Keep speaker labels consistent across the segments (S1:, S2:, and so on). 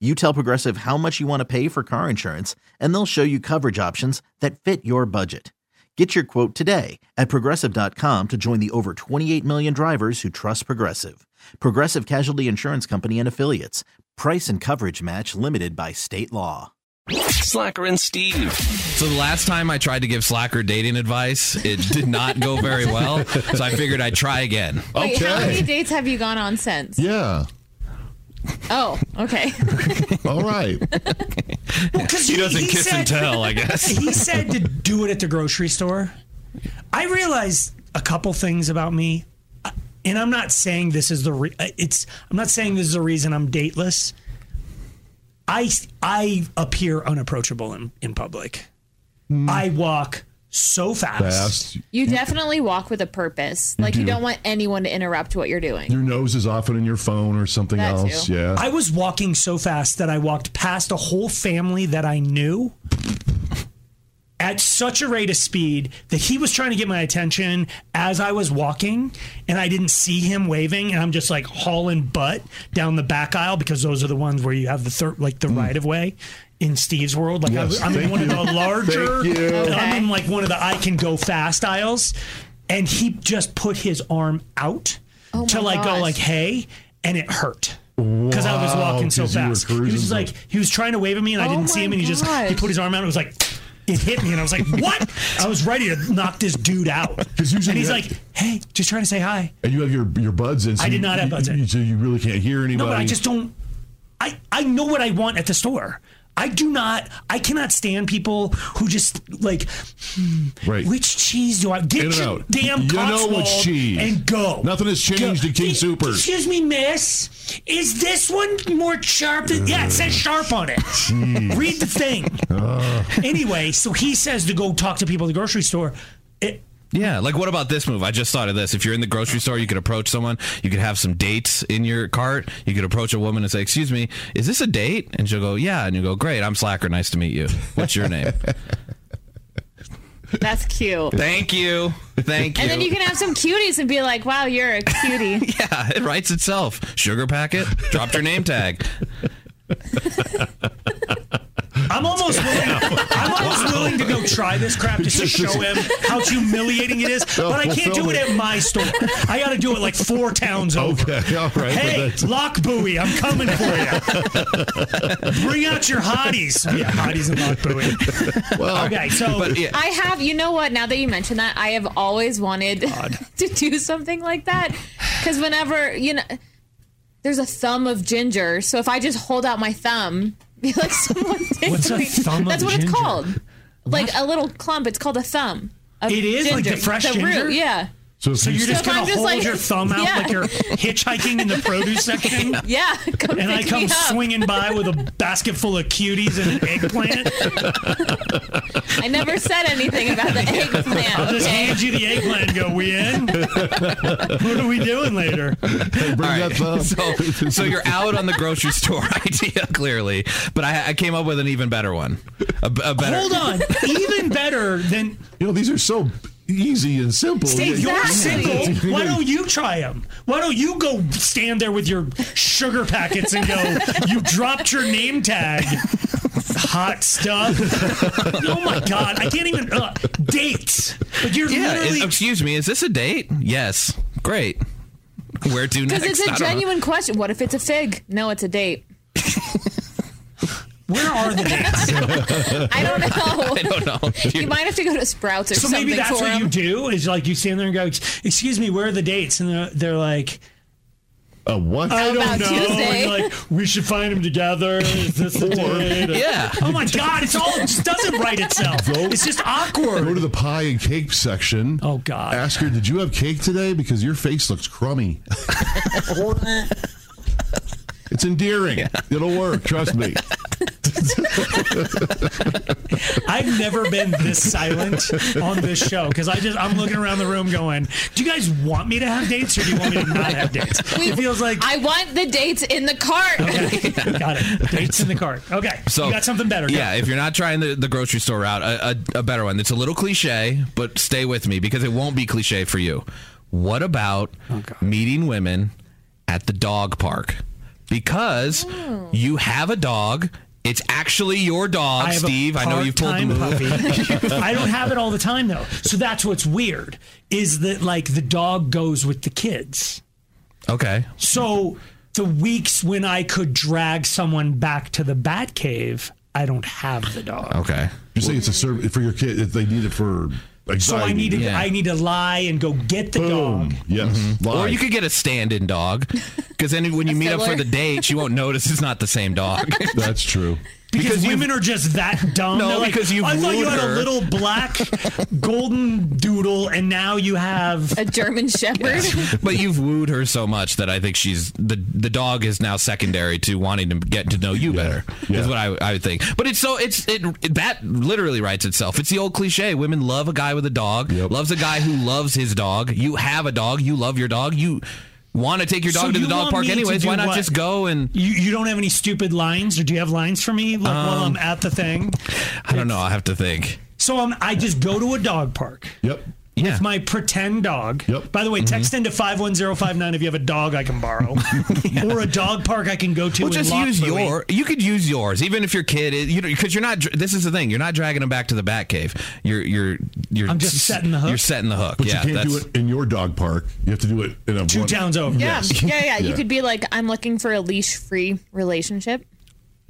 S1: You tell Progressive how much you want to pay for car insurance, and they'll show you coverage options that fit your budget. Get your quote today at progressive.com to join the over 28 million drivers who trust Progressive. Progressive Casualty Insurance Company and Affiliates. Price and coverage match limited by state law.
S2: Slacker and Steve.
S3: So the last time I tried to give Slacker dating advice, it did not go very well. So I figured I'd try again.
S4: Wait, how many dates have you gone on since?
S5: Yeah.
S4: Oh, okay.
S5: All right.
S6: Because he,
S3: doesn't
S6: he
S3: kiss
S6: said,
S3: and tell, I guess.
S6: He said to do it at the grocery store. I realized a couple things about me, uh, and I'm not saying this is the re- uh, it's. I'm not saying this is the reason I'm dateless. I I appear unapproachable in in public. I walk so fast.
S5: Fast.
S4: You definitely walk with a purpose. Like you don't want anyone to interrupt what you're doing.
S5: Your nose is often in your phone or something
S4: That
S5: else.
S4: too.
S5: Yeah.
S6: I was walking so fast that I walked past a whole family that I knew at such a rate of speed that he was trying to get my attention as I was walking and I didn't see him waving and I'm just like hauling butt down the back aisle because those are the ones where you have the third like the right of way in Steve's world like I
S5: Hmm. Yes,
S6: was- I'm in
S5: thank
S6: one
S5: you.
S6: of the larger
S5: Thank you.
S6: I'm
S4: Okay.
S6: in like one of the I can go fast aisles and he just put his arm out
S4: Oh
S6: to
S4: my
S6: like go
S4: gosh.
S6: like hey and it hurt because I was walking so
S5: 'cause you
S6: fast.
S5: were
S6: He was
S5: cruising
S6: just
S5: so-
S6: like he was trying to wave at me, and I
S4: Oh
S6: didn't see
S4: my
S6: him. And he just he
S4: gosh.
S6: put his arm out. and It was like it hit me, and I was like, "What?" I was ready to knock this dude out.
S5: 'Cause usually
S6: and he's
S5: you
S6: like,
S5: have-
S6: "Hey, just trying to say hi."
S5: and you have your your buds in. So
S6: I did
S5: you-
S6: not have buds
S5: you,
S6: in.
S5: you- So you really can't hear anybody.
S6: No, but I just don't. I I know what I want at the store. I do not. I cannot stand people who just like. hmm,
S5: Right.
S6: Which cheese do I get?
S5: In and
S6: your
S5: out.
S6: Damn.
S5: You know
S6: Cotswold
S5: which cheese.
S6: And go.
S5: Nothing has changed at King
S6: E-
S5: Super.
S6: Excuse me, miss. Is this one more sharp? Than, yeah, it says sharp on it.
S5: Mm.
S6: Read the thing. Anyway, so he says to go talk to people at the grocery store. It,
S3: Yeah, like what about this move? I just thought of this. If you're in the grocery store, you could approach someone. You could have some dates in your cart. You could approach a woman and say, "Excuse me, is this a date?" And she'll go, "Yeah." And you go, "Great, I'm Slacker. Nice to meet you. What's your name?"
S4: That's cute.
S3: Thank you. Thank you.
S4: And then you can have some cuties and be like, "Wow, you're a cutie."
S3: yeah, it writes itself. Sugar packet. Dropped your name tag.
S6: I'm almost willing. I'm almost willing to go try this crap just to show him how humiliating it is. But I can't do it at my store. I got to do it like four towns over.
S5: Okay. All right. but
S6: Hey,
S5: that's-
S6: lock buoy, I'm coming for you. Bring out your hotties. Yeah, hotties and lock buoy.
S5: well,
S6: Okay, so
S3: But yeah,
S4: I have, you know what? Now that you mention that, I have always wanted
S6: Oh
S4: to do something like that because whenever you know, there's a thumb of ginger. So if I just hold out my thumb, be like, "Someone did
S6: What's a
S4: me."
S6: thumb of
S4: That's what it's
S6: ginger?
S4: called. Like a little clump. It's called a thumb. of
S6: It is, like, the
S4: ginger.
S6: fresh
S4: the
S6: ginger?
S4: Root, yeah.
S5: so,
S6: so you're just
S4: So if I'm
S6: gonna
S4: just
S6: hold
S4: like-
S6: your thumb out
S4: Yeah.
S6: like you're hitchhiking in the produce section,
S4: Yeah, come
S6: and I
S4: pick
S6: come
S4: me up.
S6: swinging by with a basket full of cuties and an eggplant.
S4: I never said anything about the eggplant.
S6: I'll just
S4: Okay.
S6: hand you the eggplant and go, we in? what are we doing later?
S5: hey, bring
S3: All
S5: that thumb.
S3: right. So, so you're out on the grocery store idea, clearly. But I, I came up with an even better one. A, b- a better.
S6: Hold on. Even better than
S5: you know these are so easy and simple.
S6: Steve,
S5: Yeah,
S6: you're
S4: Exactly.
S6: single. Why don't you try them? Why don't you go stand there with your sugar packets and go, you dropped your name tag? Hot stuff. oh my God. I can't even. Uh, dates. Like you're
S3: Yeah. is-
S6: literally.
S3: excuse me. Is this a date? Yes. Great. Where to next?
S4: Because it's a
S3: I don't know.
S4: genuine question. What if it's a fig? No, it's a date.
S6: where are the dates?
S4: I don't know.
S3: I don't know.
S4: You might have to go to Sprouts or
S6: So
S4: something
S6: maybe that's
S4: for
S6: what
S4: him.
S6: you do is like you stand there and go, "Excuse me, where are the dates?" And they're, they're like,
S5: A what?
S6: I
S4: about
S6: don't know.
S4: Tuesday?
S6: "Oh, And like we should find them together. Is this the date?
S3: Yeah.
S6: Oh my God! It's all it just doesn't write itself. It's just
S5: Go
S6: awkward.
S5: to the pie and cake section.
S6: Oh, God.
S5: Ask her, did you have cake today? Because your face looks crummy. it's endearing. It'll work. Trust me.
S6: I've never been this silent on this show because I just I'm looking around the room going, Do you guys want me to have dates or do you want me to not have dates? It feels like
S4: I want the dates in the cart.
S6: Okay, got it. Dates in the cart. Okay,
S3: So
S6: you got something better. Go.
S3: Yeah, if you're not trying the, the grocery store route, a, a, a better one. It's a little cliche, but stay with me because it won't be cliche for you. What about meeting women at the dog park? Because you have a dog. It's actually your dog,
S6: I have
S3: Steve.
S6: a
S3: I know you've pulled the
S6: part-time
S3: move.
S6: puppy. I don't have it all the time though, so that's what's weird. Is that like the dog goes with the kids?
S3: Okay.
S6: So the weeks when I could drag someone back to the bat cave, I don't have the dog.
S3: Okay.
S5: You're saying it's a service for your kid. If they need it for anxiety.
S6: So I need to
S3: Yeah.
S6: I need to lie and go get the dog.
S5: Boom. Mm, Yes. Live.
S3: Or you could get a stand-in dog, because then when you meet up for
S4: Fiddler.
S3: the date, she won't notice it's not the same dog.
S5: That's true.
S6: Because,
S3: Because you've-
S6: women are just that dumb.
S3: No,
S6: They're like,
S3: because you've
S6: I thought you
S3: wooed
S6: had
S3: her."
S6: a little black golden doodle, and now you have.
S4: A German Shepherd.
S3: but you've wooed her so much that I think she's the the dog is now secondary to wanting to get to know you better. Is
S5: Yeah.
S3: what I, I would think. But it's so it's it that literally writes itself. It's the old cliche: women love a guy with a dog,
S5: Yep.
S3: loves a guy who loves his dog. You have a dog, you love your dog, you want to take your dog
S6: So
S3: to the
S6: you
S3: dog
S6: want
S3: park
S6: me to
S3: anyways.
S6: do
S3: Why not
S6: what?
S3: just go and
S6: You, you don't have any stupid lines, or do you have lines for me like, while
S3: Um,
S6: I'm at the thing?
S3: I don't know. I have to think.
S6: So I'm, I just go to a dog park.
S5: Yep.
S3: Yeah.
S6: My pretend dog.
S5: Yep. Mm-hmm.
S6: By the way, text into 51059 if you have a dog I can borrow or a dog park I can go to.
S3: Well,
S6: and
S3: just
S6: lock
S3: use
S6: for a week.
S3: your. You could use yours, even if your kid is. You know, because you're not. dr- This is the thing. You're not dragging them back to the bat cave. You're. You're. You're.
S6: I'm just
S3: s-
S6: setting the hook.
S3: You're setting the hook.
S5: But
S3: yeah.
S5: you can't
S3: that's,
S5: do it in your dog park. You have to do it in a
S6: two
S5: one-
S6: towns over.
S4: Yeah, yeah, yeah. You
S5: Yeah.
S4: could be like, I'm looking for a leash free relationship.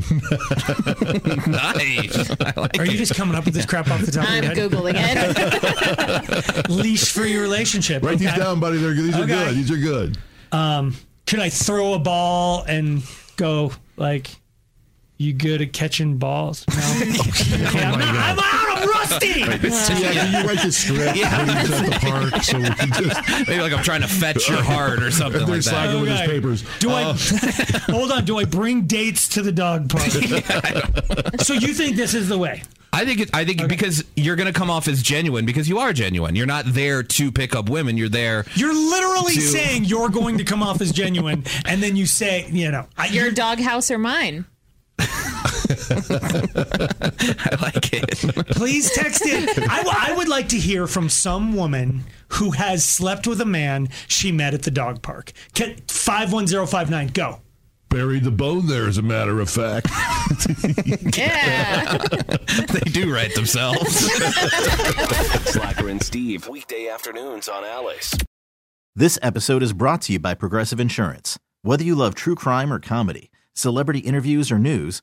S3: nice. I like
S6: Are you
S3: it.
S6: just coming up with this crap off the top
S4: I'm
S6: of your head?
S4: Googling it.
S6: Leash free relationship.
S5: Write these
S6: Okay.
S5: down, buddy. They're, these are
S6: Okay.
S5: good. These are good.
S6: Could I throw a ball and go like? You good at catching balls? No.
S5: Oh,
S6: Okay, I'm, not, I'm out. I'm rusty.
S5: Yeah, can you write the script yeah. when he's at the park so we can just
S3: Maybe like I'm trying to fetch your heart or something
S5: they're
S3: like that.
S5: slacking with his
S6: Okay.
S5: papers.
S6: Do I hold on? Do I bring dates to the dog park? so you think this is the way?
S3: I think. It, I think because you're gonna come off as genuine because you are genuine. You're not there to pick up women. You're there.
S6: You're literally
S3: To-
S6: saying you're going to come off as genuine, and then you say, you know, I,
S4: Your dog house or mine?
S3: I like it.
S6: Please text in. I, w- I would like to hear from some woman who has slept with a man she met at the dog park. Can, 51059, go.
S5: Buried the bone there, as a matter of fact.
S4: Yeah.
S3: they do write themselves.
S2: Slacker and Steve, weekday afternoons on Alice.
S1: This episode is brought to you by Progressive Insurance. Whether you love true crime or comedy, celebrity interviews or news,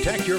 S7: Protect your